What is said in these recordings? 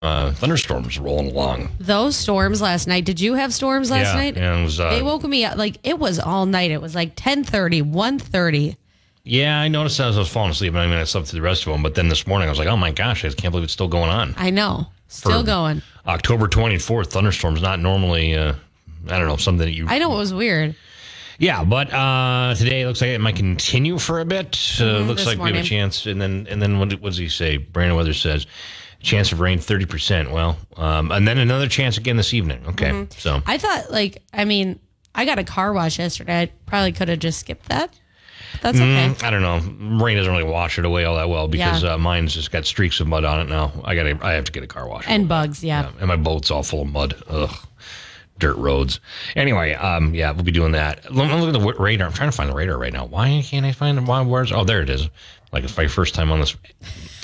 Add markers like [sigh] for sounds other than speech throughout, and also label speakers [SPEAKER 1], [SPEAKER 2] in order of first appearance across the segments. [SPEAKER 1] uh, thunderstorms rolling along.
[SPEAKER 2] Those storms last night. Did you have storms last
[SPEAKER 1] yeah,
[SPEAKER 2] night?
[SPEAKER 1] and it was, uh,
[SPEAKER 2] They woke me up like it was all night. It was like 10:30, 1:30.
[SPEAKER 1] yeah, I noticed as I was falling asleep. I mean, I slept through the rest of them, but then this morning I was like, oh my gosh, I can't believe it's still going on.
[SPEAKER 2] I know. Still
[SPEAKER 1] For-
[SPEAKER 2] going.
[SPEAKER 1] October 24th, thunderstorms not normally. Uh, I don't know something that you.
[SPEAKER 2] I know it was weird.
[SPEAKER 1] Yeah, but uh, today it looks like it might continue for a bit. Uh, looks
[SPEAKER 2] Mm-hmm, this
[SPEAKER 1] like we
[SPEAKER 2] morning.
[SPEAKER 1] have a chance, and then and then what, did- what does he say? Brandon Weather says chance of rain thirty percent. Well, um, and then another chance again this evening. Okay, so
[SPEAKER 2] I thought like I mean, I got a car wash yesterday. I probably could have just skipped that. But that's okay.
[SPEAKER 1] I don't know. Rain doesn't really wash it away all that well because
[SPEAKER 2] Yeah.
[SPEAKER 1] uh, mine's just got streaks of mud on it now. I got to I have to get a car wash.
[SPEAKER 2] And bugs, yeah.
[SPEAKER 1] and my boat's all full of mud. Ugh, dirt roads. Anyway, um, yeah, we'll be doing that. L- I'm looking at the w- radar. I'm trying to find the radar right now. Why can't I find it? Why? Where's? Oh, there it is. Like it's my first time on this.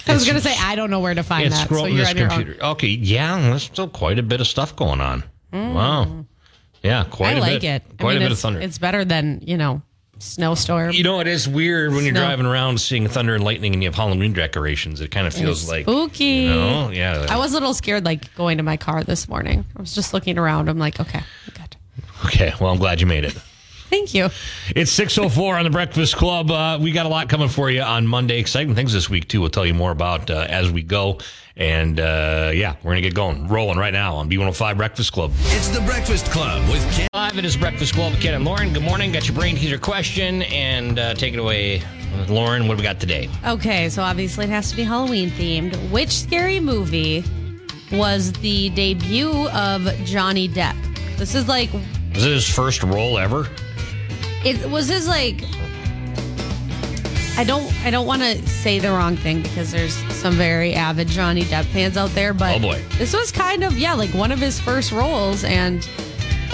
[SPEAKER 2] I was going to say I don't know where to find
[SPEAKER 1] It's
[SPEAKER 2] that. So
[SPEAKER 1] scrolling
[SPEAKER 2] you're
[SPEAKER 1] this
[SPEAKER 2] on your own.
[SPEAKER 1] computer. Okay, yeah, there's still quite a bit of stuff going on. Wow. Yeah, quite
[SPEAKER 2] Mm. I
[SPEAKER 1] a
[SPEAKER 2] like
[SPEAKER 1] bit.
[SPEAKER 2] it.
[SPEAKER 1] Quite
[SPEAKER 2] I mean,
[SPEAKER 1] a bit
[SPEAKER 2] it's,
[SPEAKER 1] of thunder.
[SPEAKER 2] It's better than, you know, snowstorm.
[SPEAKER 1] You know, it is weird when you're
[SPEAKER 2] Snow.
[SPEAKER 1] driving around seeing thunder and lightning and you have Halloween decorations. It kind of feels like
[SPEAKER 2] Spooky.
[SPEAKER 1] You know? Oh, Yeah.
[SPEAKER 2] Mm-hmm. I was a little scared, like going to my car this morning. I was just looking around. I'm like, okay, good.
[SPEAKER 1] okay. Well, I'm glad you made it.
[SPEAKER 2] Thank you.
[SPEAKER 1] It's 604 on the Breakfast Club. Uh, we got a lot coming for you on Monday. Exciting things this week, too. We'll tell you more about uh, as we go. And uh, yeah, we're going to get going, rolling right now on B105 Breakfast Club.
[SPEAKER 3] It's the Breakfast Club with Ken.
[SPEAKER 1] Live, it is Breakfast Club. Ken and Lauren, good morning. Got your brain teaser question and uh, take it away. Lauren, what do we got today?
[SPEAKER 2] Okay, so obviously it has to be Halloween themed. Which scary movie was the debut of Johnny Depp? This is like,
[SPEAKER 1] Is it his first role ever?
[SPEAKER 2] it was his like. I don't, I don't want to say the wrong thing because there's some very avid Johnny Depp fans out there, but
[SPEAKER 1] Oh, boy.
[SPEAKER 2] this was kind of yeah, like one of his first roles and.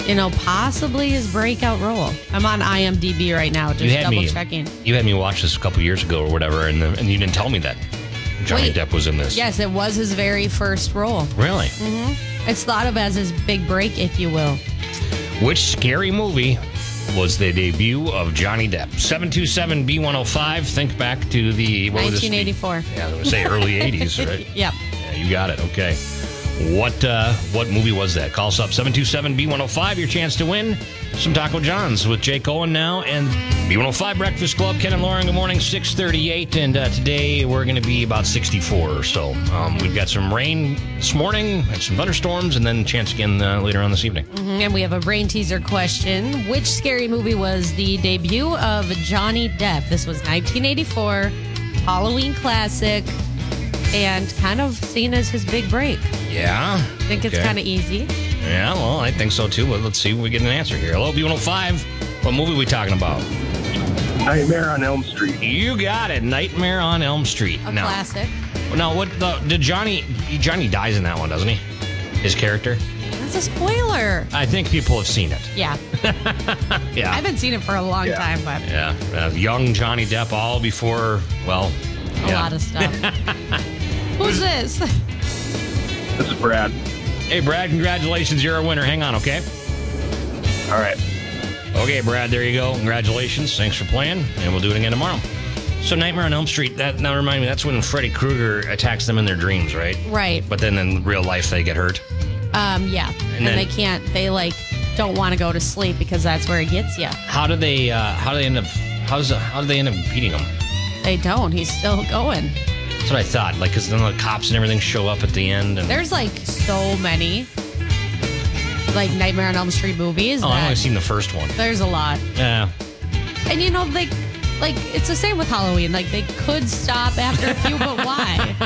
[SPEAKER 2] You know, possibly his breakout role. I'm on IMDb right now, just double checking.
[SPEAKER 1] You had me watch this a couple years ago or whatever, and, uh, and you didn't tell me that Johnny
[SPEAKER 2] Wait.
[SPEAKER 1] Depp was in this.
[SPEAKER 2] Yes, it was his very first role.
[SPEAKER 1] Really?
[SPEAKER 2] It's thought of as his big break, if you will.
[SPEAKER 1] Which scary movie was the debut of Johnny Depp? 727 B105. Think back to the what was this?
[SPEAKER 2] 1984.
[SPEAKER 1] Yeah, I was gonna say early 80s, right?
[SPEAKER 2] Yep. Mm-hmm.
[SPEAKER 1] Yeah, you got it. Okay. What uh, what movie was that? Call us up 727 B105. Your chance to win some Taco John's with Jake Owen now and B105 Breakfast Club. Ken and Lauren, good morning, 638. And uh, today we're going to be about 64 or so. Um, we've got some rain this morning, had some thunderstorms, and then chance again uh, later on this evening.
[SPEAKER 2] And we have a brain teaser question. Which scary movie was the debut of Johnny Depp? This was 1984, Halloween classic, and kind of seen as his big break.
[SPEAKER 1] Yeah.
[SPEAKER 2] I think it's kind of easy.
[SPEAKER 1] Yeah, well, I think so too. But let's see if we get an answer here. Hello, B105. What movie we talking about?
[SPEAKER 4] Nightmare on Elm Street.
[SPEAKER 1] You got it. Nightmare on Elm Street.
[SPEAKER 2] A
[SPEAKER 1] now,
[SPEAKER 2] classic.
[SPEAKER 1] now, what the, did Johnny? Johnny dies in that one, doesn't he? His character.
[SPEAKER 2] That's a spoiler.
[SPEAKER 1] I think people have seen it. [laughs]
[SPEAKER 2] Yeah. I
[SPEAKER 1] Yeah.
[SPEAKER 2] haven't seen it for a long time, but
[SPEAKER 1] Yeah. Uh, young Johnny Depp, all before. Well.
[SPEAKER 2] a lot
[SPEAKER 1] [laughs]
[SPEAKER 2] of stuff. Who's this?
[SPEAKER 4] This is Brad.
[SPEAKER 1] Hey, Brad, congratulations. You're a winner. Hang on, okay?
[SPEAKER 4] All right.
[SPEAKER 1] Okay, Brad, there you go. Congratulations. Thanks for playing, and we'll do it again tomorrow. So, Nightmare on Elm Street, that now remind me, that's when Freddy Krueger attacks them in their dreams, right?
[SPEAKER 2] Right.
[SPEAKER 1] But then in real life, they get hurt.
[SPEAKER 2] Um, yeah. And,
[SPEAKER 1] then-
[SPEAKER 2] they can't, they like don't want to go to sleep because that's where it gets you.
[SPEAKER 1] How do they, uh, how do they end up, how's, how do they end up beating them?
[SPEAKER 2] They don't. He's still going.
[SPEAKER 1] That's what I thought. Like, because then the cops and everything show up at the end. And,
[SPEAKER 2] There's like so many like Nightmare on Elm Street movies.
[SPEAKER 1] oh, I've only
[SPEAKER 2] that
[SPEAKER 1] seen the first one.
[SPEAKER 2] there's a lot.
[SPEAKER 1] Yeah.
[SPEAKER 2] And you know, they like it's the same with Halloween. Like they could stop after a few, but why?
[SPEAKER 1] [laughs]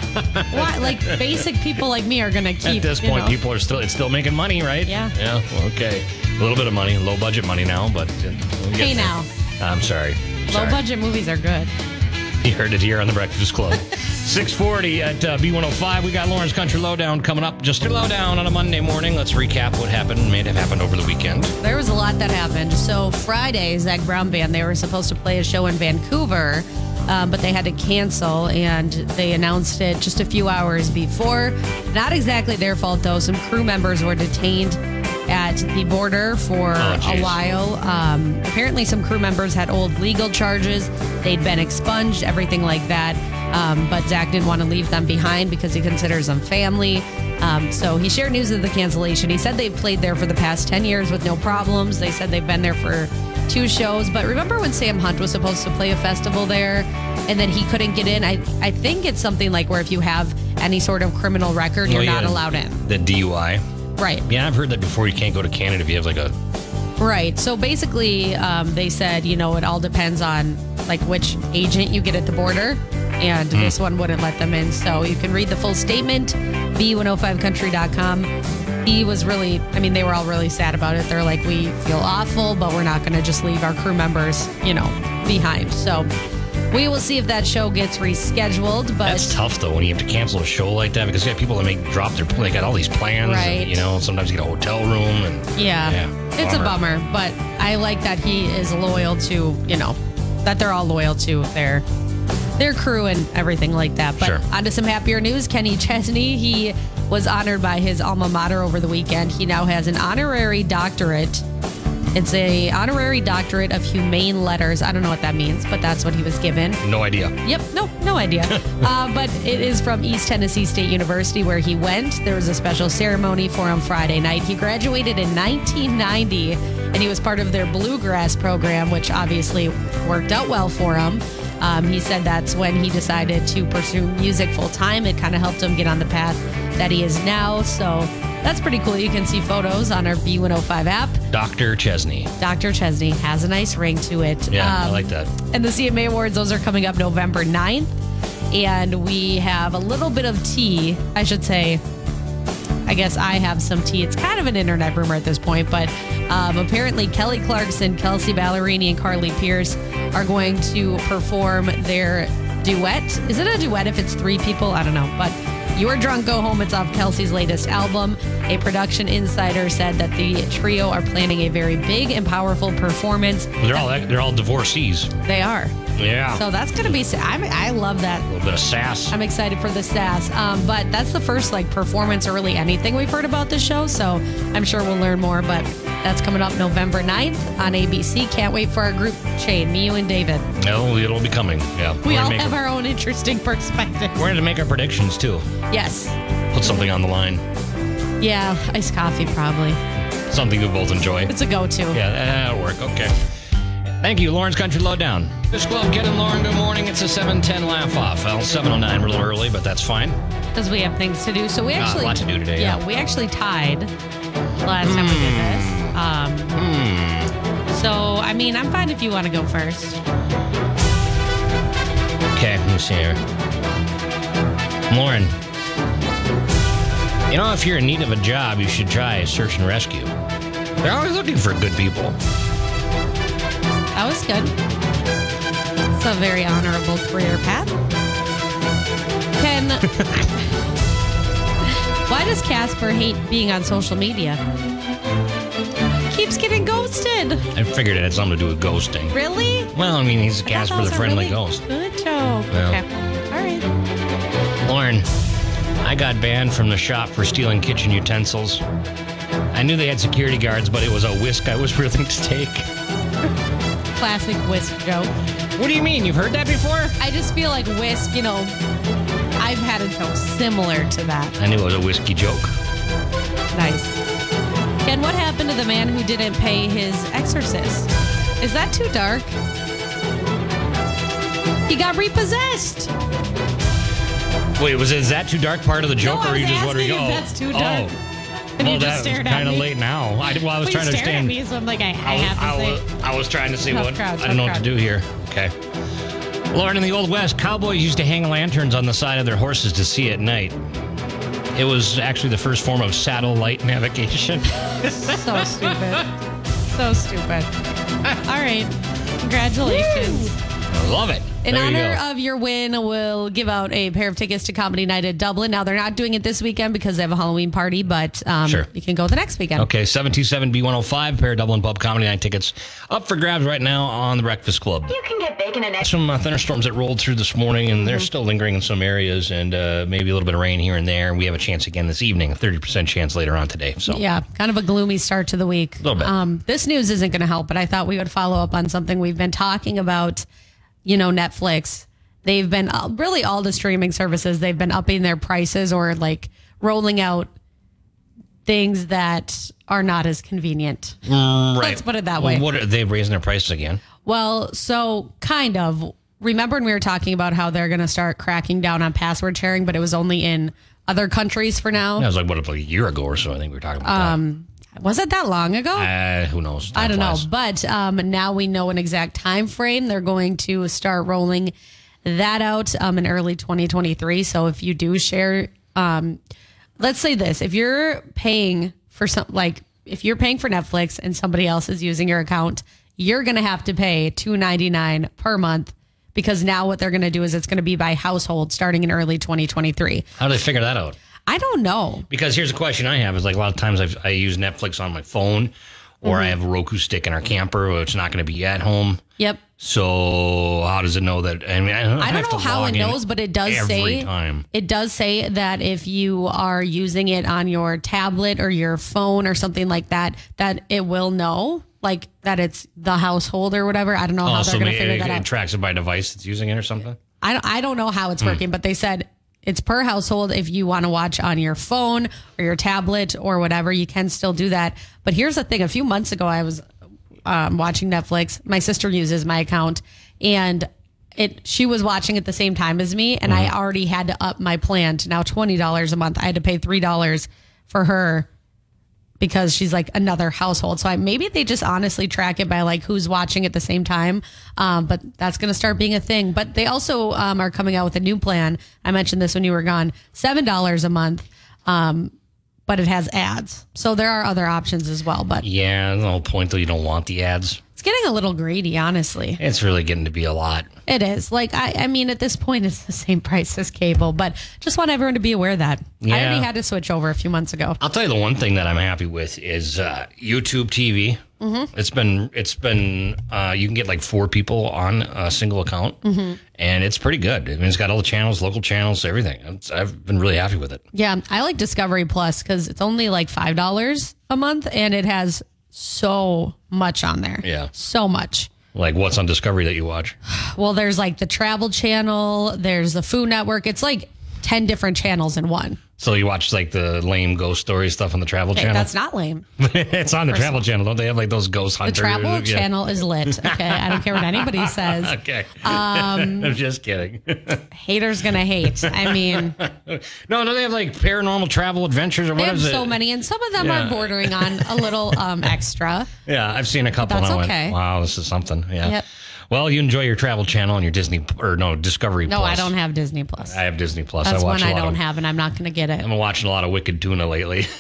[SPEAKER 2] Why? Like basic people like me are gonna keep.
[SPEAKER 1] At this
[SPEAKER 2] you
[SPEAKER 1] point,
[SPEAKER 2] know-
[SPEAKER 1] people are still, it's still making money, right?
[SPEAKER 2] Yeah.
[SPEAKER 1] Yeah. well, okay. A little bit of money, low budget money now, but. Uh, we'll get
[SPEAKER 2] Hey,
[SPEAKER 1] there.
[SPEAKER 2] now.
[SPEAKER 1] I'm sorry.
[SPEAKER 2] low
[SPEAKER 1] Sorry.
[SPEAKER 2] budget movies are good.
[SPEAKER 1] You heard it here on the Breakfast Club.
[SPEAKER 2] [laughs]
[SPEAKER 1] 640 at uh, B105. We got Lauren's Country Lowdown coming up. Just a lowdown on a Monday morning. Let's recap what happened, may have happened over the weekend.
[SPEAKER 2] There was a lot that happened. So Friday, Zach Brown Band, they were supposed to play a show in Vancouver, um, but they had to cancel, and they announced it just a few hours before. Not exactly their fault, though. Some crew members were detained at the border for
[SPEAKER 1] Oh,
[SPEAKER 2] a
[SPEAKER 1] geez.
[SPEAKER 2] while. Um, apparently, some crew members had old legal charges. They'd been expunged, everything like that. Um, but Zach didn't want to leave them behind because he considers them family. Um, so he shared news of the cancellation. He said they've played there for the past 10 years with no problems. They said they've been there for two shows. But remember when Sam Hunt was supposed to play a festival there and then he couldn't get in? I, I think it's something like where if you have any sort of criminal record, you're
[SPEAKER 1] Oh, yeah,
[SPEAKER 2] not allowed in.
[SPEAKER 1] The DUI.
[SPEAKER 2] Right.
[SPEAKER 1] Yeah, I've heard that before. You can't go to Canada if you have like a
[SPEAKER 2] Right. So basically, um, they said, you know, it all depends on like which agent you get at the border. And this one wouldn't let them in. So you can read the full statement, b105country.com. He was really, I mean, they were all really sad about it. They're like, we feel awful, but we're not going to just leave our crew members, you know, behind. So we will see if that show gets rescheduled. But
[SPEAKER 1] That's tough though when you have to cancel a show like that because you have people that make drop their they got all these plans.
[SPEAKER 2] Right.
[SPEAKER 1] And, you know, sometimes you get a hotel room and
[SPEAKER 2] Yeah.
[SPEAKER 1] Yeah,
[SPEAKER 2] It's
[SPEAKER 1] bummer.
[SPEAKER 2] a bummer, but I like that he is loyal to, you know, that they're all loyal to their their crew and everything like that. But
[SPEAKER 1] Sure.
[SPEAKER 2] on to some happier news. Kenny Chesney, he was honored by his alma mater over the weekend. He now has an honorary doctorate. It's a honorary doctorate of humane letters. I don't know what that means, but that's what he was given.
[SPEAKER 1] no idea.
[SPEAKER 2] Yep, no, no idea. uh, but it is from East Tennessee State University where he went. There was a special ceremony for him Friday night. He graduated in 1990 and he was part of their bluegrass program, which obviously worked out well for him. Um, he said that's when he decided to pursue music full time. It kind of helped him get on the path that he is now. So that's pretty cool. You can see photos on our B105 app.
[SPEAKER 1] Dr. Chesney.
[SPEAKER 2] Dr. Chesney has a nice ring to it.
[SPEAKER 1] Yeah, I
[SPEAKER 2] Um,
[SPEAKER 1] like that.
[SPEAKER 2] and the CMA Awards, those are coming up November 9th. And we have a little bit of tea, I should say. I guess I have some tea. It's kind of an internet rumor at this point, but um, apparently Kelly Clarkson, Kelsey Ballerini, and Carly Pierce are going to perform their duet. Is it a duet if it's three people? I don't know. But You're Drunk, Go Home, it's off Kelsey's latest album. A production insider said that the trio are planning a very big and powerful performance.
[SPEAKER 1] They're all they're all divorcees.
[SPEAKER 2] They are.
[SPEAKER 1] Yeah.
[SPEAKER 2] So that's gonna be. I'm, I love that.
[SPEAKER 1] a little bit of sass.
[SPEAKER 2] I'm excited for the sass. Um, but that's the first like performance or really anything we've heard about this show. So I'm sure we'll learn more. But that's coming up November 9th on ABC. Can't wait for our group chain. Me, you, and David.
[SPEAKER 1] no, it'll be coming. Yeah.
[SPEAKER 2] We
[SPEAKER 1] We're
[SPEAKER 2] all
[SPEAKER 1] gonna make
[SPEAKER 2] have
[SPEAKER 1] our-
[SPEAKER 2] our own interesting [laughs] perspectives.
[SPEAKER 1] we're gonna make our predictions too.
[SPEAKER 2] Yes.
[SPEAKER 1] Put something on the line.
[SPEAKER 2] Yeah. Iced coffee probably.
[SPEAKER 1] Something we both enjoy.
[SPEAKER 2] It's a go-to.
[SPEAKER 1] Yeah, that'll work. Okay. Thank you, Lauren's Country Lowdown. This club, Ken and Lauren, good morning. It's a 710 laugh off. Well, 709, we're a little early, but that's fine.
[SPEAKER 2] Because we have things to do. So we
[SPEAKER 1] Ah, a
[SPEAKER 2] actually
[SPEAKER 1] lot to do today, yeah.
[SPEAKER 2] Yeah, we actually tied last time
[SPEAKER 1] Hmm.
[SPEAKER 2] we did this. Um, So I mean, I'm fine if you want to go first.
[SPEAKER 1] Okay, let me see here. Lauren, you know, if you're in need of a job, you should try search and rescue. They're always looking for good people.
[SPEAKER 2] That was good. It's a very honorable career path. Can. [laughs] Why does Casper hate being on social media? Keeps getting ghosted.
[SPEAKER 1] I figured it had something to do with ghosting.
[SPEAKER 2] Really? I
[SPEAKER 1] Well, I mean, he's
[SPEAKER 2] thought that
[SPEAKER 1] Casper
[SPEAKER 2] was
[SPEAKER 1] the
[SPEAKER 2] a
[SPEAKER 1] Friendly
[SPEAKER 2] really
[SPEAKER 1] Ghost.
[SPEAKER 2] Good joke.
[SPEAKER 1] Yeah.
[SPEAKER 2] Okay. All right.
[SPEAKER 1] Lauren, I got banned from the shop for stealing kitchen utensils. I knew they had security guards, but it was a whisk I was [laughs] willing to take.
[SPEAKER 2] Classic whisk joke.
[SPEAKER 1] What do you mean? You've heard that before?
[SPEAKER 2] I just feel like whisk. You know, I've had a joke similar to that.
[SPEAKER 1] I knew it was a whiskey joke.
[SPEAKER 2] Nice. Ken, what happened to the man who didn't pay his exorcist? Is that too dark? He got repossessed.
[SPEAKER 1] Wait, was is that too dark part of the joke,
[SPEAKER 2] I
[SPEAKER 1] or
[SPEAKER 2] was
[SPEAKER 1] you just want to
[SPEAKER 2] asking
[SPEAKER 1] go?
[SPEAKER 2] if that's too dark.
[SPEAKER 1] Oh,
[SPEAKER 2] And
[SPEAKER 1] well,
[SPEAKER 2] you
[SPEAKER 1] that
[SPEAKER 2] just stared at
[SPEAKER 1] kind of
[SPEAKER 2] me.
[SPEAKER 1] late now. I, well, I was
[SPEAKER 2] Well, you
[SPEAKER 1] trying to
[SPEAKER 2] stared at
[SPEAKER 1] understand.
[SPEAKER 2] me, so I'm like,
[SPEAKER 1] I,
[SPEAKER 2] I, I
[SPEAKER 1] was-
[SPEAKER 2] have
[SPEAKER 1] I
[SPEAKER 2] to
[SPEAKER 1] was,
[SPEAKER 2] say.
[SPEAKER 1] I was trying to see
[SPEAKER 2] Tough
[SPEAKER 1] what
[SPEAKER 2] crowd,
[SPEAKER 1] I
[SPEAKER 2] tough
[SPEAKER 1] don't know what to
[SPEAKER 2] crowd.
[SPEAKER 1] do here. Okay. Lauren, in the Old West, cowboys used to hang lanterns on the side of their horses to see at night. It was actually the first form of satellite navigation. [laughs]
[SPEAKER 2] So [laughs] stupid. so stupid. [laughs] All right. Congratulations.
[SPEAKER 1] I love it.
[SPEAKER 2] In
[SPEAKER 1] there you
[SPEAKER 2] honor
[SPEAKER 1] go.
[SPEAKER 2] of your win, we'll give out a pair of tickets to Comedy Night at Dublin. Now, they're not doing it this weekend because they have a Halloween party, but um,
[SPEAKER 1] Sure.
[SPEAKER 2] you can go the next weekend.
[SPEAKER 1] Okay, 727B105, pair of Dublin Pub Comedy Night tickets up for grabs right now on the Breakfast Club.
[SPEAKER 5] You can get bacon and eggs.
[SPEAKER 1] Some uh, thunderstorms that rolled through this morning, and
[SPEAKER 2] Mm-hmm.
[SPEAKER 1] they're still lingering in some areas, and uh, maybe a little bit of rain here and there. We have a chance again this evening, a 30% chance later on today. So,
[SPEAKER 2] Yeah, kind of a gloomy start to the week.
[SPEAKER 1] Little bit.
[SPEAKER 2] Um, this news isn't going to help, but I thought we would follow up on something we've been talking about. You know, Netflix. They've been uh, really all the streaming services. They've been upping their prices or like rolling out things that are not as convenient.
[SPEAKER 1] Right.
[SPEAKER 2] Let's put it that way.
[SPEAKER 1] What are they raising their prices again?
[SPEAKER 2] Well, so kind of. Remember when we were talking about how they're going to start cracking down on password sharing, but it was only in other countries for now?
[SPEAKER 1] That was like what about a year ago or so. I think we were talking about
[SPEAKER 2] Was it that long ago?
[SPEAKER 1] that. Uh, who knows?
[SPEAKER 2] Um, I
[SPEAKER 1] Time
[SPEAKER 2] don't know,
[SPEAKER 1] flies.
[SPEAKER 2] but um, now we know an exact time frame. They're going to start rolling that out um, in early 2023. So if you do share, um, let's say this: if you're paying for some, like if you're paying for Netflix and somebody else is using your account, you're going to have to pay 2.99 per month because now what they're going to do is it's going to be by household starting in early 2023.
[SPEAKER 1] How do they figure that out?
[SPEAKER 2] I don't know.
[SPEAKER 1] Because here's a question I have: is like a lot of times I've, I use Netflix on my phone, or
[SPEAKER 2] Mm-hmm.
[SPEAKER 1] I have a Roku stick in our camper, which it's not going to be at home.
[SPEAKER 2] Yep.
[SPEAKER 1] So how does it know that? I mean, I don't,
[SPEAKER 2] I
[SPEAKER 1] have
[SPEAKER 2] don't know
[SPEAKER 1] to
[SPEAKER 2] how it
[SPEAKER 1] log in
[SPEAKER 2] knows, but it does
[SPEAKER 1] every
[SPEAKER 2] say
[SPEAKER 1] time.
[SPEAKER 2] it does say that if you are using it on your tablet or your phone or something like that, that it will know, like that it's the household or whatever. I don't know how
[SPEAKER 1] Oh,
[SPEAKER 2] they're
[SPEAKER 1] so
[SPEAKER 2] going
[SPEAKER 1] may-
[SPEAKER 2] to figure
[SPEAKER 1] it,
[SPEAKER 2] that
[SPEAKER 1] it
[SPEAKER 2] out.
[SPEAKER 1] tracks it by device that's using it or something.
[SPEAKER 2] I don't, I don't know how it's working, but they said it's per household. If you want to watch on your phone or your tablet or whatever, you can still do that. But here's the thing: a few months ago, I was um, watching Netflix. My sister uses my account, and it she was watching at the same time as me, and I already had to up my plan to now twenty dollars a month. I had to pay three dollars for her because she's like another household. So I, maybe they just honestly track it by like who's watching at the same time. Um, but that's going to start being a thing. But they also um, are coming out with a new plan. I mentioned this when you were gone $7 a month, um, but it has ads. So there are other options as well. But
[SPEAKER 1] Yeah, the whole point though, you don't want the ads.
[SPEAKER 2] it's getting a little greedy, honestly.
[SPEAKER 1] It's really getting to be a lot.
[SPEAKER 2] It is. Like, I, I mean, at this point, it's the same [laughs] price as cable, but just want everyone to be aware of that. I
[SPEAKER 1] Yeah.
[SPEAKER 2] already had to switch over a few months ago.
[SPEAKER 1] I'll tell you the one thing that I'm happy with is uh, YouTube TV.
[SPEAKER 2] Mm-hmm.
[SPEAKER 1] It's been it's been uh, you can get like four people on a single account,
[SPEAKER 2] Mm-hmm.
[SPEAKER 1] and it's pretty good. I mean, it's got all the channels, local channels, everything. It's, I've been really happy with it.
[SPEAKER 2] Yeah, I like Discovery Plus because it's only like five dollars a month, and it has so much on there.
[SPEAKER 1] Yeah.
[SPEAKER 2] so much.
[SPEAKER 1] Like what's on Discovery that you watch?
[SPEAKER 2] Well, there's like the Travel Channel, there's the Food Network. It's like ten different channels in one.
[SPEAKER 1] So you watch like the lame ghost story stuff on the Travel
[SPEAKER 2] Okay,
[SPEAKER 1] Channel.
[SPEAKER 2] that's
[SPEAKER 1] [laughs]
[SPEAKER 2] not lame.
[SPEAKER 1] it's on the Travel Channel, don't they have like those ghost
[SPEAKER 2] The
[SPEAKER 1] hunters?
[SPEAKER 2] Travel
[SPEAKER 1] Yeah.
[SPEAKER 2] Channel is lit. Okay, I don't care
[SPEAKER 1] [laughs]
[SPEAKER 2] what anybody says.
[SPEAKER 1] Okay, [laughs]
[SPEAKER 2] Um,
[SPEAKER 1] I'm just kidding.
[SPEAKER 2] Haters gonna hate.
[SPEAKER 1] [laughs]
[SPEAKER 2] I mean,
[SPEAKER 1] No, no, they have like paranormal travel adventures or
[SPEAKER 2] they
[SPEAKER 1] whatever.
[SPEAKER 2] have so many, and some of them
[SPEAKER 1] Yeah.
[SPEAKER 2] are bordering on a little
[SPEAKER 1] [laughs]
[SPEAKER 2] um extra.
[SPEAKER 1] Yeah, I've seen a couple.
[SPEAKER 2] That's
[SPEAKER 1] and I
[SPEAKER 2] okay.
[SPEAKER 1] Went, wow, this is something. Yeah.
[SPEAKER 2] Yep.
[SPEAKER 1] Well, you enjoy your Travel Channel and your Disney or no Discovery.
[SPEAKER 2] No,
[SPEAKER 1] Plus.
[SPEAKER 2] I don't have Disney Plus.
[SPEAKER 1] I have Disney Plus.
[SPEAKER 2] That's
[SPEAKER 1] I watch a
[SPEAKER 2] one I
[SPEAKER 1] lot
[SPEAKER 2] don't
[SPEAKER 1] of,
[SPEAKER 2] have, and I'm not gonna get it.
[SPEAKER 1] I'm watching a lot of Wicked Tuna lately. [laughs]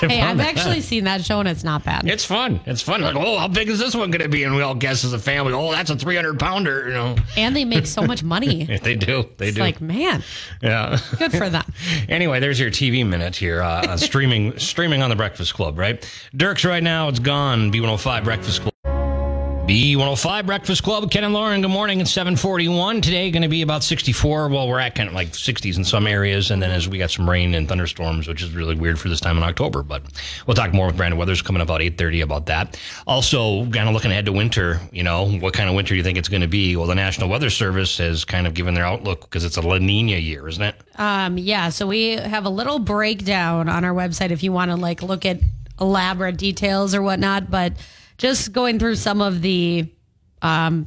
[SPEAKER 2] Hey, I've actually seen that show and it's not bad.
[SPEAKER 1] It's fun. It's fun. Like, oh, how big is this one going to be? And we all guess as a family. Oh, that's a 300 pounder. You know, [laughs]
[SPEAKER 2] and they make so much money.
[SPEAKER 1] they do. They
[SPEAKER 2] It's
[SPEAKER 1] do.
[SPEAKER 2] like, man,
[SPEAKER 1] yeah. [laughs]
[SPEAKER 2] good for them.
[SPEAKER 1] Anyway, there's your TV minute here uh, on streaming [laughs] streaming on the Breakfast Club, right? Dirk's right now. It's gone. B105 Breakfast Club. B105 Breakfast Club. Ken and Lauren. Good morning. It's 7:41 today. Going to be about 64. Well, we're at kind of like 60s in some areas, and then as we got some rain and thunderstorms, which is really weird for this time in October. But we'll talk more with Brandon Weathers coming up about 8:30 about that. Also, kind of looking ahead to winter. You know, what kind of winter do you think it's going to be? Well, the National Weather Service has kind of given their outlook because it's a La Nina year, isn't it?
[SPEAKER 2] Um, yeah, so we have a little breakdown on our website if you want to like look at elaborate details or whatnot, but just going through some of the um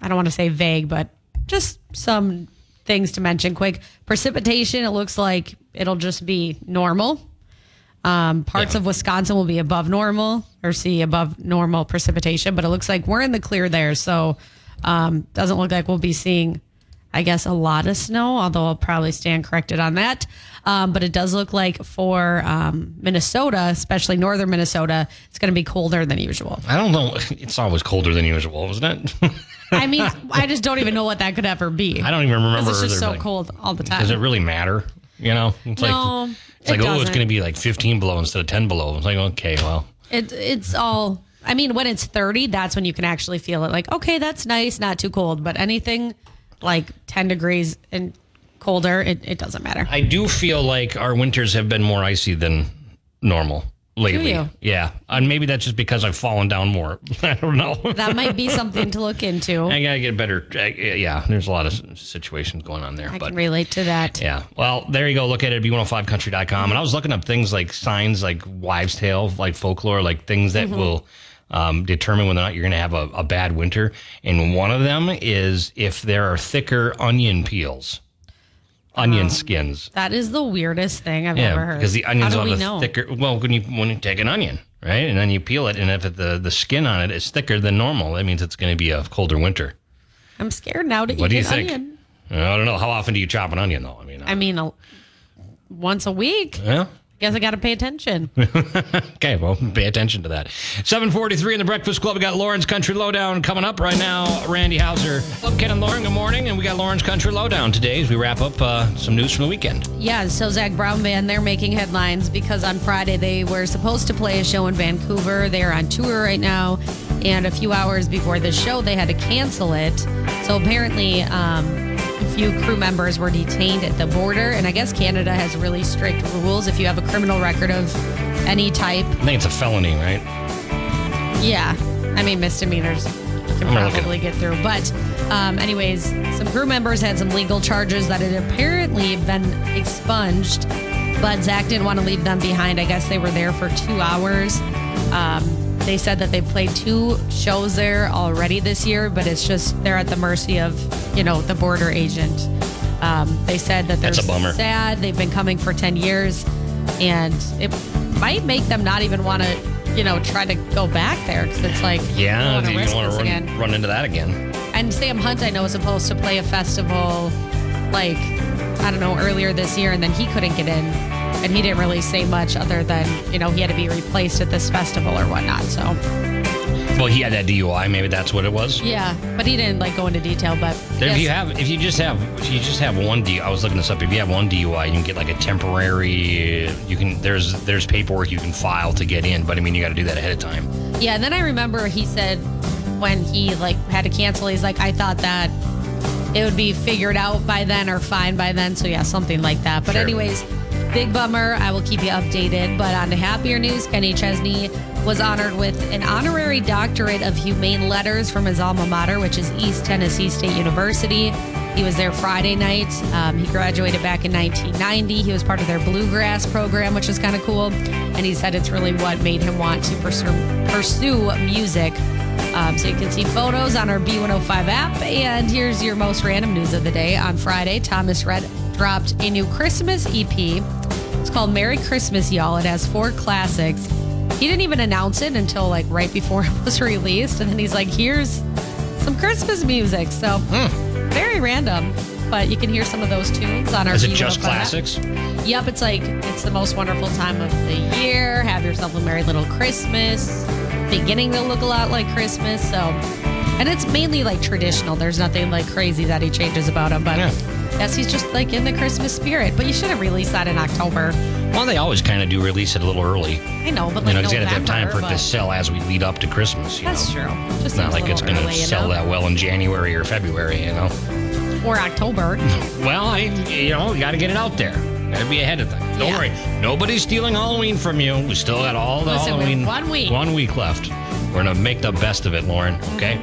[SPEAKER 2] I don't want to say vague, but just some things to mention quick. Precipitation, it looks like it'll just be normal. Um, parts of Wisconsin will be above normal or see above normal precipitation, but it looks like we're in the clear there. So um, doesn't look like we'll be seeing, I guess, a lot of snow, although I'll probably stand corrected on that. Um, but it does look like for um, Minnesota, especially northern Minnesota, it's going to be colder than usual.
[SPEAKER 1] I don't know. [laughs] It's always colder than usual, isn't it? [laughs]
[SPEAKER 2] I mean, I just don't even know what that could ever be.
[SPEAKER 1] I don't even remember.
[SPEAKER 2] It's just
[SPEAKER 1] They're
[SPEAKER 2] so
[SPEAKER 1] like,
[SPEAKER 2] cold all the time.
[SPEAKER 1] Does it really matter? You know, it's
[SPEAKER 2] No,
[SPEAKER 1] like it's
[SPEAKER 2] it
[SPEAKER 1] like oh, it's
[SPEAKER 2] doesn't.
[SPEAKER 1] going to be like 15 below instead of 10 below. It's like okay, well,
[SPEAKER 2] It, it's all. I mean, when it's 30, that's when you can actually feel it. Like, okay, that's nice, not too cold. But anything like 10 degrees and colder, it, it doesn't matter.
[SPEAKER 1] I do feel like our winters have been more icy than normal. lately.
[SPEAKER 2] you?
[SPEAKER 1] Yeah, and maybe that's just because I've fallen down more. [laughs] I don't know.
[SPEAKER 2] That
[SPEAKER 1] [laughs]
[SPEAKER 2] might be something to look into. I,
[SPEAKER 1] I gotta get better. I, yeah, there's a lot of s- situations going on there. but
[SPEAKER 2] can relate to that.
[SPEAKER 1] Yeah. Well, there you go. Look at it oh at b105country.com. And I was looking up things like signs like wives' tale, like folklore, like things
[SPEAKER 2] Mm-hmm.
[SPEAKER 1] that will um, determine whether or not you're going to have a, a bad winter. And one of them is if there are thicker onion peels, onion skins.
[SPEAKER 2] That is the weirdest thing I've ever
[SPEAKER 1] Yeah,
[SPEAKER 2] Um, heard.
[SPEAKER 1] because the onions
[SPEAKER 2] How do
[SPEAKER 1] on
[SPEAKER 2] we
[SPEAKER 1] the
[SPEAKER 2] know?
[SPEAKER 1] thicker. Well, when you when you take an onion, right, and then you peel it, and if it, the the skin on it is thicker than normal, that means it's going to be a colder winter.
[SPEAKER 2] I'm scared now to
[SPEAKER 1] What do
[SPEAKER 2] eat
[SPEAKER 1] you
[SPEAKER 2] an
[SPEAKER 1] think?
[SPEAKER 2] onion.
[SPEAKER 1] I don't know how often do you chop an onion though. I mean,
[SPEAKER 2] I mean, a, once a week.
[SPEAKER 1] yeah.
[SPEAKER 2] Guess I got to pay attention.
[SPEAKER 1] Okay, well, pay attention to that. 743 in the Breakfast Club. We got Lauren's Country Lowdown coming up right now. Randy Hauser. Hello, Ken and Lauren. Good morning. And we got Lauren's Country Lowdown today as we wrap up uh, some news from the weekend.
[SPEAKER 2] Yeah, so Zach Brown Band, they're making headlines because on Friday they were supposed to play a show in Vancouver. They're on tour right now. And a few hours before the show, they had to cancel it. So apparently, um, a few crew members were detained at the border. And I guess Canada has really strict rules. If you have a criminal record of any type,
[SPEAKER 1] I think it's a felony, right?
[SPEAKER 2] yeah. I mean, misdemeanors you can
[SPEAKER 1] I'm gonna look it
[SPEAKER 2] probably get through. But, um, anyways, some crew members had some legal charges that had apparently been expunged, but Zach didn't want to leave them behind. I guess they were there for two hours. Um, they said that they played two shows there already this year, but it's just they're at the mercy of, you know, the border agent. Um, they said that they're
[SPEAKER 1] That's a bummer.
[SPEAKER 2] sad. They've been coming for 10 years, and it might make them not even want to, you know, try to go back there because it's like,
[SPEAKER 1] Yeah,
[SPEAKER 2] I don't wanna
[SPEAKER 1] you
[SPEAKER 2] risk
[SPEAKER 1] don't want
[SPEAKER 2] this
[SPEAKER 1] to run,
[SPEAKER 2] again.
[SPEAKER 1] run into that again.
[SPEAKER 2] And Sam Hunt, I know, was supposed to play a festival like, I don't know, earlier this year, and then he couldn't get in. And he didn't really say much other than, you know, he had to be replaced at this festival or whatnot. So,
[SPEAKER 1] Well, he had that DUI. Maybe that's what it was.
[SPEAKER 2] yeah, but he didn't like go into detail. But
[SPEAKER 1] If
[SPEAKER 2] yes,
[SPEAKER 1] you have, if you just have, if you just have one DUI, I was looking this up. If you have one DUI, you can get like a temporary. uh, You can there's there's paperwork you can file to get in, but I mean you got to do that ahead of time.
[SPEAKER 2] yeah, and then I remember he said when he like had to cancel, he's like, I thought that it would be figured out by then or fine by then. So, yeah, something like that. But,
[SPEAKER 1] Sure.
[SPEAKER 2] anyways, big bummer. I will keep you updated. But on to happier news, Kenny Chesney was honored with an honorary doctorate of humane letters from his alma mater, which is East Tennessee State University. He was there Friday night. Um, he graduated back in 1990. He was part of their bluegrass program, which is kind of cool. And he said it's really what made him want to pursue, pursue music. Um, so you can see photos on our B105 app. And here's your most random news of the day. On Friday, Thomas Red dropped a new Christmas EP. It's called Merry Christmas, Y'all. It has four classics. He didn't even announce it until like right before [laughs] it was released. And then he's like, here's some Christmas music. So very random. But you can hear some of those tunes on our
[SPEAKER 1] Hmm. Is it
[SPEAKER 2] B105
[SPEAKER 1] just
[SPEAKER 2] app.
[SPEAKER 1] classics?
[SPEAKER 2] Yep, it's like it's the most wonderful time of the year. Have yourself a merry little Christmas. Beginning to look a lot like Christmas, so and it's mainly like traditional. There's nothing like crazy that he changes about him, but
[SPEAKER 1] Yeah.
[SPEAKER 2] yes, he's just like in the Christmas spirit. But you should have released that in October.
[SPEAKER 1] Well, they always kind of do release it a little early.
[SPEAKER 2] I know, but
[SPEAKER 1] You
[SPEAKER 2] like
[SPEAKER 1] know, 'cause
[SPEAKER 2] November,
[SPEAKER 1] you gotta have time for it
[SPEAKER 2] but
[SPEAKER 1] to sell as we lead up to Christmas. You
[SPEAKER 2] That's
[SPEAKER 1] know?
[SPEAKER 2] true.
[SPEAKER 1] It's
[SPEAKER 2] Just
[SPEAKER 1] not
[SPEAKER 2] seems
[SPEAKER 1] like
[SPEAKER 2] a
[SPEAKER 1] it's
[SPEAKER 2] little
[SPEAKER 1] going to
[SPEAKER 2] early, you
[SPEAKER 1] sell
[SPEAKER 2] know?
[SPEAKER 1] that well in January or February, you know? [laughs]
[SPEAKER 2] or October.
[SPEAKER 1] Well, I, you know, you got to get it out there. Got to be ahead of things. Don't
[SPEAKER 2] Yeah.
[SPEAKER 1] worry. Nobody's stealing Halloween from you. We still got all the
[SPEAKER 2] Listen, we have
[SPEAKER 1] Halloween.
[SPEAKER 2] one week.
[SPEAKER 1] One week left. We're going to make the best of it, Lauren. Okay?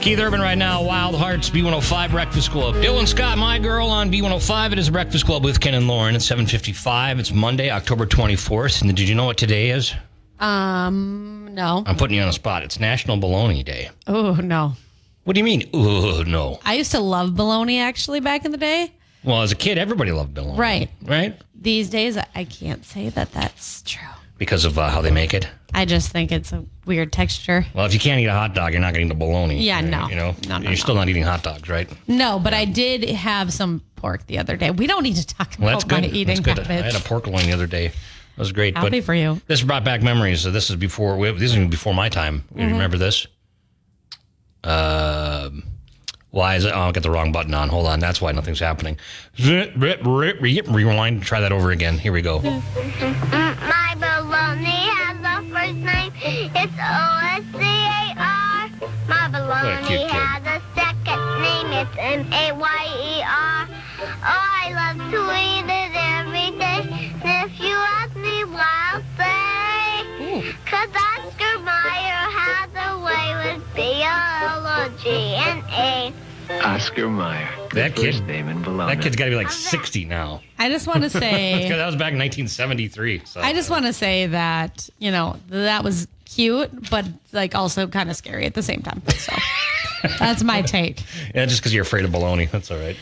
[SPEAKER 1] Keith Urban right now, Wild Hearts, B105 Breakfast Club. Dylan Scott, My Girl on B105. It is Breakfast Club with Ken and Lauren at 755. It's Monday, October 24th. And did you know what today is?
[SPEAKER 2] Um, no.
[SPEAKER 1] I'm putting you on the spot. It's National Bologna Day.
[SPEAKER 2] Oh no.
[SPEAKER 1] What do you mean? Oh no.
[SPEAKER 2] I used to love bologna actually back in the day.
[SPEAKER 1] Well, as a kid, everybody loved bologna.
[SPEAKER 2] Right.
[SPEAKER 1] Right?
[SPEAKER 2] These days, I- I can't say that that's true.
[SPEAKER 1] Because of uh, how they make it.
[SPEAKER 2] I just think it's a weird texture.
[SPEAKER 1] Well, if you can't eat a hot dog, you're not getting the bologna.
[SPEAKER 2] Yeah, no.
[SPEAKER 1] You know,
[SPEAKER 2] No, no,
[SPEAKER 1] you're
[SPEAKER 2] no.
[SPEAKER 1] still not eating hot dogs, right?
[SPEAKER 2] No, but I did have some pork the other day. We don't need to talk about
[SPEAKER 1] Well, that's
[SPEAKER 2] my
[SPEAKER 1] good.
[SPEAKER 2] eating
[SPEAKER 1] that's good. I
[SPEAKER 2] habits.
[SPEAKER 1] had a pork loin the other day. That was great.
[SPEAKER 2] Happy
[SPEAKER 1] but
[SPEAKER 2] for you.
[SPEAKER 1] This brought back memories. So this is before. we- This is even before my time. You
[SPEAKER 2] Mm-hmm.
[SPEAKER 1] remember this? Um. Why is it? Oh, I got the wrong button on. Hold on. That's why nothing's happening. Rewind. Try that over again. Here we go.
[SPEAKER 5] My baloney has a first name. It's O S C A R. My
[SPEAKER 1] What a cute
[SPEAKER 5] baloney
[SPEAKER 1] kid.
[SPEAKER 5] has a second name. It's M A Y E R. Oh, I love to eat it every day. And if you ask me why, I'll say
[SPEAKER 6] Oscar Mayer.
[SPEAKER 1] That
[SPEAKER 6] the first
[SPEAKER 1] kid-
[SPEAKER 6] name in Bologna.
[SPEAKER 1] That kid's got to be like 60 now.
[SPEAKER 2] I just want
[SPEAKER 1] [laughs]
[SPEAKER 2] to
[SPEAKER 1] Yeah,
[SPEAKER 2] say,
[SPEAKER 1] that was back in 1973. So
[SPEAKER 2] I just want to say that you know that was cute, but like also kind of scary at the same time.
[SPEAKER 1] [laughs]
[SPEAKER 2] So that's my take.
[SPEAKER 1] yeah, just because you're afraid of baloney. That's all right.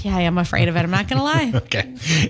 [SPEAKER 2] Yeah, I am afraid of it. I'm not gonna lie.
[SPEAKER 1] [laughs] Okay.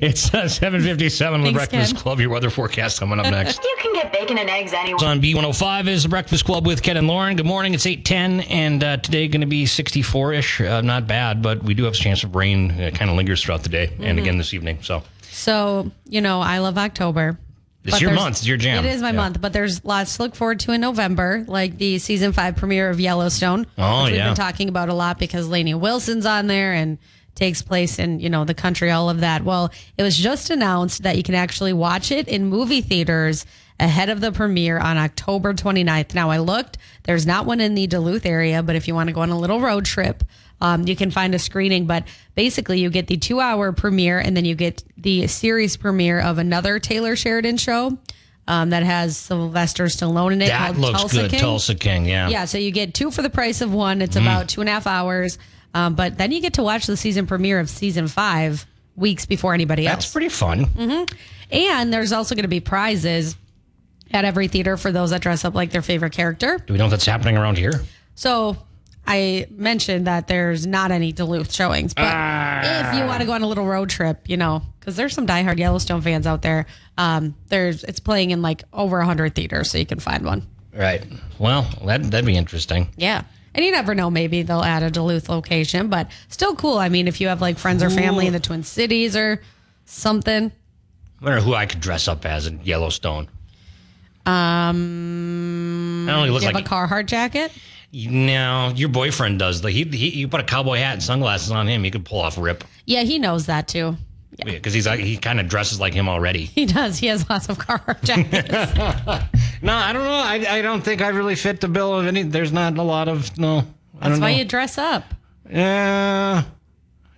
[SPEAKER 1] It's uh, 757 on the
[SPEAKER 2] Thanks,
[SPEAKER 1] Breakfast
[SPEAKER 2] Ken.
[SPEAKER 1] Club. Your weather forecast coming up next.
[SPEAKER 7] You can get bacon and eggs anywhere.
[SPEAKER 1] [laughs] It's on B105 is the Breakfast Club with Ken and Lauren. Good morning. It's 810 and uh, today going to be 64-ish. Uh, not bad, but we do have a chance of rain. It kind of lingers throughout the day and again this evening. So
[SPEAKER 2] So you know, I love October.
[SPEAKER 1] it's
[SPEAKER 2] But
[SPEAKER 1] your
[SPEAKER 2] there's-
[SPEAKER 1] month. It's your jam.
[SPEAKER 2] It is my
[SPEAKER 1] Yeah.
[SPEAKER 2] month, but there's lots to look forward to in November, like the season five premiere of Yellowstone.
[SPEAKER 1] Oh,
[SPEAKER 2] which
[SPEAKER 1] yeah.
[SPEAKER 2] We've been talking about a lot because Lainey Wilson's on there and takes place in, you know, the country, all of that. Well, it was just announced that you can actually watch it in movie theaters ahead of the premiere on October 29th. Now, I looked, there's not one in the Duluth area, but if you want to go on a little road trip, um, you can find a screening, but basically you get the two hour premiere and then you get the series premiere of another Taylor Sheridan show um, that has Sylvester Stallone in it.
[SPEAKER 1] That
[SPEAKER 2] called
[SPEAKER 1] looks
[SPEAKER 2] Tulsa
[SPEAKER 1] good.
[SPEAKER 2] King.
[SPEAKER 1] Tulsa Mm. King, yeah.
[SPEAKER 2] Yeah, so you get two for the price of one. It's about two and a half hours, um, but then you get to watch the season premiere of season five weeks before anybody
[SPEAKER 1] That's
[SPEAKER 2] else.
[SPEAKER 1] pretty fun.
[SPEAKER 2] and there's also going to be prizes at every theater for those that dress up like their favorite character.
[SPEAKER 1] Do we know if that's happening around here?
[SPEAKER 2] So I mentioned that there's not any Duluth showings, but if you want to go on a little road trip, you know, because there's some diehard Yellowstone fans out there. Um, there's it's playing in like over hundred theaters, so you can find one.
[SPEAKER 1] Right. Well, that, that'd be interesting.
[SPEAKER 2] Yeah. And you never know, maybe they'll add a Duluth location, but still cool. I mean, if you have like friends or family in the Twin Cities or something.
[SPEAKER 1] I wonder who I could dress up as in Yellowstone. Um, I don't look
[SPEAKER 2] Do you
[SPEAKER 1] like
[SPEAKER 2] have a Carhartt jacket?
[SPEAKER 1] no. Your boyfriend does. Like he, he, you put a cowboy hat and sunglasses on him, you could pull off rip
[SPEAKER 2] Yeah, he knows that too.
[SPEAKER 1] because he's like he kind of dresses like him already.
[SPEAKER 2] He does. He has lots of Carhartt [laughs] jackets.
[SPEAKER 1] [laughs] No, I don't know. I, I don't think I really fit the bill of any. There's not a lot of no. I
[SPEAKER 2] That's
[SPEAKER 1] don't
[SPEAKER 2] why
[SPEAKER 1] know.
[SPEAKER 2] you dress up.
[SPEAKER 1] yeah,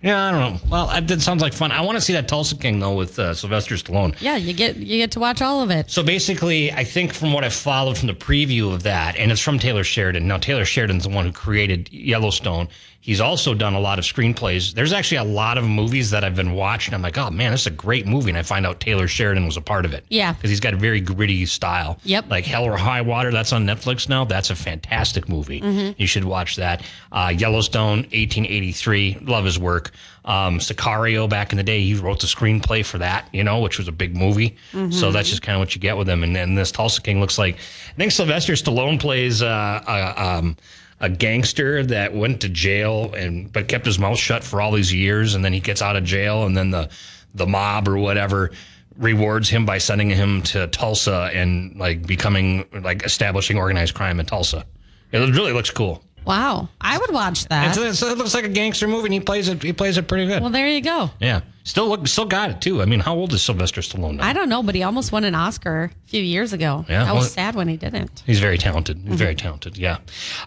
[SPEAKER 1] yeah. I don't know. Well, I- that sounds like fun. I want to see that Tulsa King though with uh, Sylvester Stallone.
[SPEAKER 2] Yeah, you get you get to watch all of it.
[SPEAKER 1] So basically, I think from what I followed from the preview of that, and it's from Taylor Sheridan. Now, Taylor Sheridan's the one who created Yellowstone. He's also done a lot of screenplays. There's actually a lot of movies that I've been watching. I'm like, oh man, this is a great movie. And I find out Taylor Sheridan was a part of it.
[SPEAKER 2] Yeah.
[SPEAKER 1] Because he's got a very gritty style.
[SPEAKER 2] Yep.
[SPEAKER 1] Like Hell or High Water, that's on Netflix now. That's a fantastic movie. You should watch that. Uh, Yellowstone, 1883. Love his work. Um, Sicario, back in the day, he wrote the screenplay for that, you know, which was a big movie. So that's just kind of what you get with him. And then this Tulsa King looks like, I think Sylvester Stallone plays uh, a, um, a gangster that went to jail and but kept his mouth shut for all these years. And then he gets out of jail, and then the the mob or whatever rewards him by sending him to Tulsa and like becoming like establishing organized crime in Tulsa. It really looks cool.
[SPEAKER 2] Wow. I would watch
[SPEAKER 1] And
[SPEAKER 2] that.
[SPEAKER 1] so, so it looks like a gangster movie, and he plays it. He plays it pretty good.
[SPEAKER 2] Well, there you go.
[SPEAKER 1] yeah, still look, still got it too. I mean, how old is Sylvester Stallone? Now?
[SPEAKER 2] I don't know, but he almost won an Oscar a few years ago.
[SPEAKER 1] Yeah,
[SPEAKER 2] I was
[SPEAKER 1] well-
[SPEAKER 2] sad when he didn't.
[SPEAKER 1] He's very talented. He's very talented. Yeah,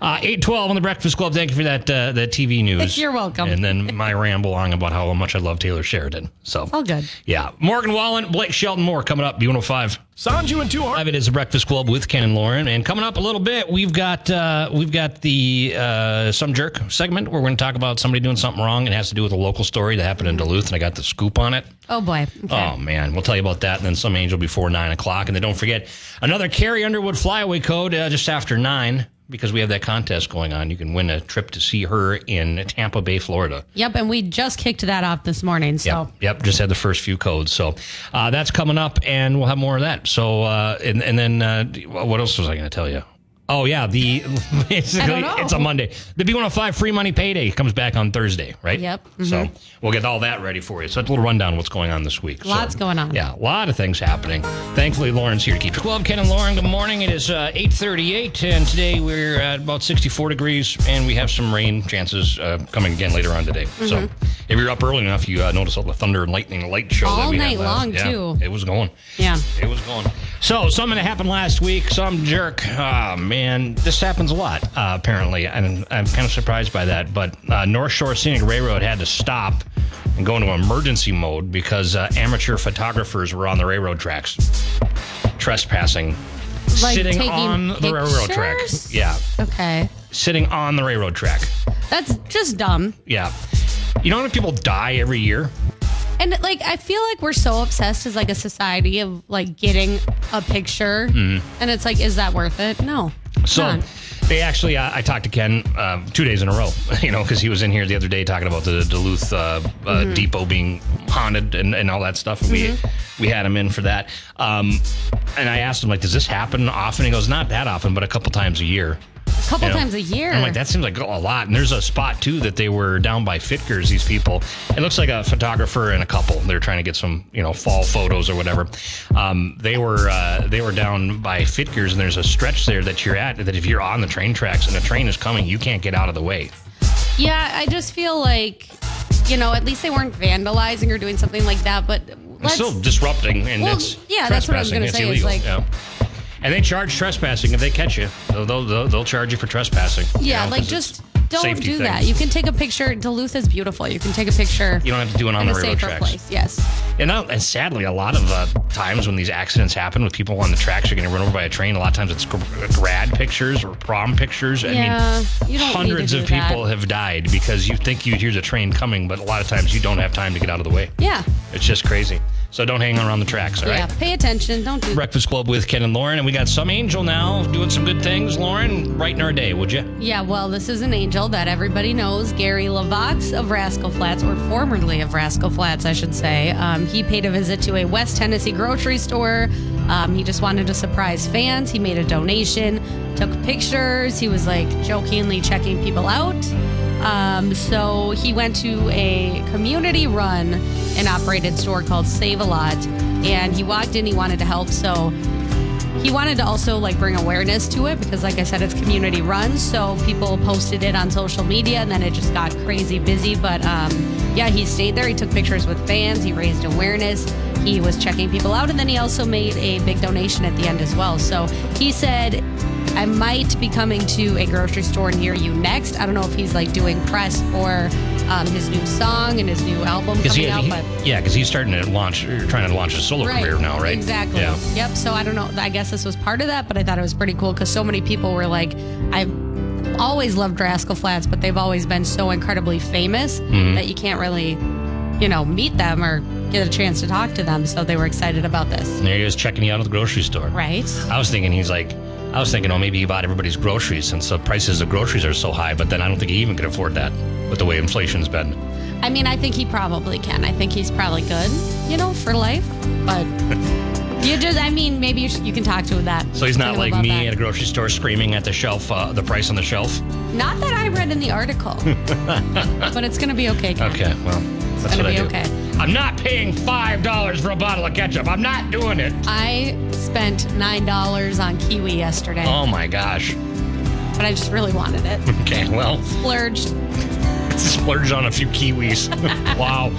[SPEAKER 1] uh, eight twelve on the Breakfast Club. Thank you for that. Uh, that TV news.
[SPEAKER 2] [laughs] You're welcome.
[SPEAKER 1] And then my [laughs] ramble on about how much I love Taylor Sheridan. So
[SPEAKER 2] All good.
[SPEAKER 1] Yeah, Morgan Wallen, Blake Shelton, more coming up. B one hundred five.
[SPEAKER 3] Sanju and two
[SPEAKER 1] Live it is the Breakfast Club with Ken and Lauren, and coming up a little bit, we've got uh, we've got the uh, some jerk segment where we're going to talk about somebody doing something wrong. It has to do with a local story that happened in Duluth, and I got the scoop on it.
[SPEAKER 2] Oh boy. Okay.
[SPEAKER 1] Oh man, we'll tell you about that, and then some angel before nine o'clock, and then don't forget another Carrie Underwood flyaway code uh, just after nine because we have that contest going on. You can win a trip to see her in Tampa Bay, Florida.
[SPEAKER 2] Yep, and we just kicked that off this morning. So
[SPEAKER 1] Yep, yep. Just had the first few codes, so uh, that's coming up, and we'll have more of that. So, uh, and and then uh, what else was I going to tell you? Oh yeah, the [laughs] basically
[SPEAKER 2] know.
[SPEAKER 1] it's a Monday. The B one hundred five free money payday comes back on Thursday, right?
[SPEAKER 2] Yep. Mm-hmm.
[SPEAKER 1] So we'll get all that ready for you. So it's a little rundown of what's going on this week. So,
[SPEAKER 2] Lots going on.
[SPEAKER 1] Yeah, a lot of things happening. Thankfully, Lauren's here to keep it. Club Ken and Lauren. Good morning. It is uh, eight thirty eight, and today we're at about sixty four degrees, and we have some rain chances uh, coming again later on today. So
[SPEAKER 2] Mm-hmm.
[SPEAKER 1] if you're up early enough, you uh, notice all the thunder and lightning and light show that
[SPEAKER 2] All
[SPEAKER 1] we had
[SPEAKER 2] night
[SPEAKER 1] last-
[SPEAKER 2] long,
[SPEAKER 1] yeah,
[SPEAKER 2] too.
[SPEAKER 1] It was going.
[SPEAKER 2] Yeah.
[SPEAKER 1] It was going. So something that happened last week. Some jerk. Oh man, this happens a lot uh, apparently, and I'm kind of surprised by that. But uh, North Shore Scenic Railroad had to stop and go into emergency mode because uh, amateur photographers were on the railroad tracks, trespassing,
[SPEAKER 2] Like
[SPEAKER 1] sitting
[SPEAKER 2] taking
[SPEAKER 1] on the railroad tracks.
[SPEAKER 2] pictures?
[SPEAKER 1] Yeah.
[SPEAKER 2] Okay.
[SPEAKER 1] sitting on the railroad track.
[SPEAKER 2] That's just dumb.
[SPEAKER 1] Yeah. You know how many people die every year?
[SPEAKER 2] And like I feel like we're so obsessed as like a society of like getting a picture,
[SPEAKER 1] Mm-hmm.
[SPEAKER 2] and it's like, is that worth it? No. It's
[SPEAKER 1] So
[SPEAKER 2] not.
[SPEAKER 1] they actually, uh, I talked to Ken uh, two days in a row, [laughs] you know, because he was in here the other day talking about the Duluth uh, uh, depot being haunted and, and all that stuff. And We we had him in for that, um, and I asked him like, does this happen often? He goes, not that often, but a couple times a year.
[SPEAKER 2] a couple
[SPEAKER 1] you know?
[SPEAKER 2] times a year.
[SPEAKER 1] I'm like, that seems like a lot. And there's a spot too that they were down by Fitkers. These people. It looks like a photographer and a couple. They're trying to get some, you know, fall photos or whatever. Um, they were uh, they were down by Fitkers, and there's a stretch there that you're at that if you're on the train tracks and a train is coming, you can't get out of the way.
[SPEAKER 2] Yeah, I just feel like, you know, at least they weren't vandalizing or doing something like that. But
[SPEAKER 1] It's
[SPEAKER 2] let's,
[SPEAKER 1] still disrupting, and
[SPEAKER 2] Well,
[SPEAKER 1] it's trespassing.
[SPEAKER 2] yeah, that's what I was gonna
[SPEAKER 1] it's
[SPEAKER 2] say, is
[SPEAKER 1] illegal.
[SPEAKER 2] like-
[SPEAKER 1] yeah. And they charge trespassing if they catch you. They'll they'll, they'll, they'll charge you for trespassing. you
[SPEAKER 2] yeah,
[SPEAKER 1] know,
[SPEAKER 2] like
[SPEAKER 1] 'cause it's
[SPEAKER 2] just
[SPEAKER 1] a
[SPEAKER 2] don't
[SPEAKER 1] safety
[SPEAKER 2] do
[SPEAKER 1] thing.
[SPEAKER 2] that. You can take a picture. Duluth is beautiful. You can take a picture
[SPEAKER 1] You don't have to do it on
[SPEAKER 2] in
[SPEAKER 1] the
[SPEAKER 2] a
[SPEAKER 1] railroad
[SPEAKER 2] safer
[SPEAKER 1] tracks.
[SPEAKER 2] place. Yes.
[SPEAKER 1] And, now, and sadly, a lot of uh, times when these accidents happen with people on the tracks are getting run over by a train, a lot of times it's gr- uh, grad pictures or prom pictures. I
[SPEAKER 2] Yeah,
[SPEAKER 1] mean,
[SPEAKER 2] you don't need to
[SPEAKER 1] hundreds
[SPEAKER 2] do
[SPEAKER 1] of people
[SPEAKER 2] that.
[SPEAKER 1] have died because you think you hear the train coming, but a lot of times you don't have time to get out of the way.
[SPEAKER 2] Yeah.
[SPEAKER 1] It's just crazy. So don't hang around the tracks, all right?
[SPEAKER 2] Yeah. Pay attention. Don't do.
[SPEAKER 1] Breakfast Club with Ken and Lauren, and we got some angel now doing some good things. Lauren, brighten our day, would you?
[SPEAKER 2] Yeah, well, this is an angel that everybody knows, Gary Lavox of Rascal Flats, or formerly of Rascal Flats, I should say. Um, he paid a visit to a West Tennessee grocery store. Um, he just wanted to surprise fans. He made a donation, took pictures. He was like jokingly checking people out. Um, so he went to a community run and operated store called Save a Lot. And he walked in, he wanted to help. So he wanted to also like bring awareness to it because like i said it's community run so people posted it on social media and then it just got crazy busy but um, yeah he stayed there he took pictures with fans he raised awareness he was checking people out and then he also made a big donation at the end as well so he said i might be coming to a grocery store near you next i don't know if he's like doing press for um, his new song and his new album coming
[SPEAKER 1] he,
[SPEAKER 2] out
[SPEAKER 1] he-
[SPEAKER 2] but
[SPEAKER 1] yeah, because he's starting to launch, or trying to launch a solo career now, right?
[SPEAKER 2] Exactly.
[SPEAKER 1] Yeah.
[SPEAKER 2] Yep. So I don't know. I guess this was part of that, but I thought it was pretty cool because so many people were like, I've always loved Rascal Flats, but they've always been so incredibly famous
[SPEAKER 1] Mm-hmm.
[SPEAKER 2] that you can't really, you know, meet them or get a chance to talk to them. So they were excited about this.
[SPEAKER 1] And there he is checking you out at the grocery store.
[SPEAKER 2] Right.
[SPEAKER 1] I was thinking he's like, I was thinking, oh, maybe he bought everybody's groceries since the prices of groceries are so high. But then I don't think he even could afford that with the way inflation's been.
[SPEAKER 2] I mean, I think he probably can. I think he's probably good, you know, for life. But you just, I mean, maybe you, should, you can talk to that.
[SPEAKER 1] So he's not
[SPEAKER 2] Think
[SPEAKER 1] like
[SPEAKER 2] about
[SPEAKER 1] me
[SPEAKER 2] that.
[SPEAKER 1] at a grocery store screaming at the shelf, uh, the price on the shelf.
[SPEAKER 2] Not that I read in the
[SPEAKER 1] [laughs]
[SPEAKER 2] article, but it's going to be okay. Ken.
[SPEAKER 1] Okay, well, that's
[SPEAKER 2] gonna
[SPEAKER 1] what I
[SPEAKER 2] be
[SPEAKER 1] do.
[SPEAKER 2] okay.
[SPEAKER 1] I'm not paying five dollars for a bottle of ketchup. I'm not doing it.
[SPEAKER 2] I spent nine dollars on kiwi yesterday,
[SPEAKER 1] Oh my gosh.
[SPEAKER 2] but I just really wanted it.
[SPEAKER 1] [laughs] Okay, well,
[SPEAKER 2] Splurged.
[SPEAKER 1] [laughs] splurged on a few kiwis. [laughs] wow.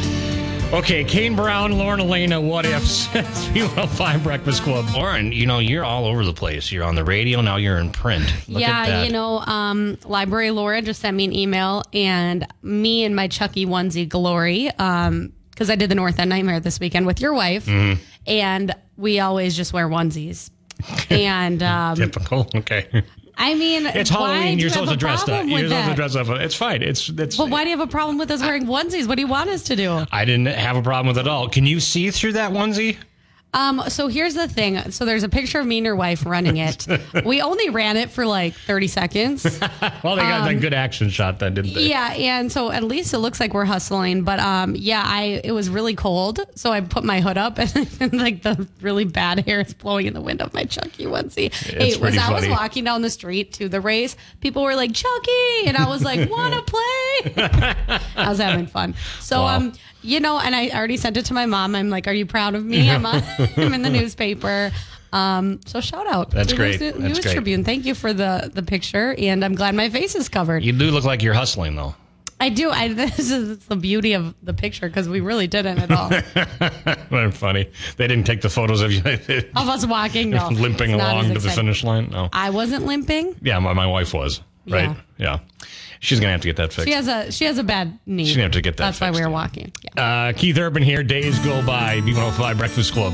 [SPEAKER 1] Okay, Kane Brown, Lauren Elena, what ifs? [laughs] B105 Breakfast Club. Lauren, you know, you're all over the place. You're on the radio, now you're in print. Look at
[SPEAKER 2] yeah,
[SPEAKER 1] that.
[SPEAKER 2] you know, um, Library Laura just sent me an email, and me and my Chucky onesie glory, because I did the North End Nightmare this weekend with your wife,
[SPEAKER 1] Mm-hmm.
[SPEAKER 2] and we always just wear onesies.
[SPEAKER 1] [laughs]
[SPEAKER 2] and um,
[SPEAKER 1] Typical. Okay.
[SPEAKER 2] I mean,
[SPEAKER 1] It's
[SPEAKER 2] why
[SPEAKER 1] Halloween. You're
[SPEAKER 2] do you have
[SPEAKER 1] supposed to
[SPEAKER 2] a
[SPEAKER 1] dress up.
[SPEAKER 2] problem
[SPEAKER 1] You're
[SPEAKER 2] with
[SPEAKER 1] supposed to
[SPEAKER 2] that?
[SPEAKER 1] dress up. It's fine. It's that's.
[SPEAKER 2] But why do you have a problem with us wearing onesies? What do you want us to do?
[SPEAKER 1] I didn't have a problem with it at all. Can you see through that onesie?
[SPEAKER 2] Um, so here's the thing. So there's a picture of me and your wife running it. we only ran it for like 30 seconds.
[SPEAKER 1] Well, they got that good action shot then, didn't they?
[SPEAKER 2] Um, yeah, and so at least it looks like we're hustling. But um, yeah, I it was really cold, so I put my hood up, [laughs] and, like the really bad hair is blowing in the wind of my Chucky onesie. hey,
[SPEAKER 1] pretty
[SPEAKER 2] was I was
[SPEAKER 1] funny.
[SPEAKER 2] walking down the street to the race, people were like Chucky, and I was
[SPEAKER 1] [laughs]
[SPEAKER 2] like, wanna play? I was having fun. So
[SPEAKER 1] Wow.
[SPEAKER 2] um, you know, and I already sent it to my mom. I'm like, are you proud of
[SPEAKER 1] [laughs]
[SPEAKER 2] me? I'm, on, I'm in the newspaper. Um, so shout out.
[SPEAKER 1] That's
[SPEAKER 2] to
[SPEAKER 1] great.
[SPEAKER 2] News,
[SPEAKER 1] That's
[SPEAKER 2] News
[SPEAKER 1] great.
[SPEAKER 2] Tribune. Thank you for the the picture, and I'm glad my face is covered.
[SPEAKER 1] You do look like you're hustling though.
[SPEAKER 2] I do. I, [laughs] this is the beauty of the picture because we really didn't
[SPEAKER 1] [laughs]
[SPEAKER 2] at all.
[SPEAKER 1] Very funny. They didn't take the photos of you [laughs]
[SPEAKER 2] of us walking, no,
[SPEAKER 1] limping
[SPEAKER 2] Oh, it's not
[SPEAKER 1] along
[SPEAKER 2] as
[SPEAKER 1] to the
[SPEAKER 2] exciting.
[SPEAKER 1] finish line. No.
[SPEAKER 2] I wasn't limping.
[SPEAKER 1] Yeah, my, my wife was. Right. Yeah. She's going to have to get that
[SPEAKER 2] She
[SPEAKER 1] fixed.
[SPEAKER 2] has a she has a bad knee.
[SPEAKER 1] She's gonna have to get that
[SPEAKER 2] That's why
[SPEAKER 1] fixed,
[SPEAKER 2] we were
[SPEAKER 1] yeah.
[SPEAKER 2] walking. Yeah.
[SPEAKER 1] Uh, Keith Urban here. Days go by. B105 Breakfast Club.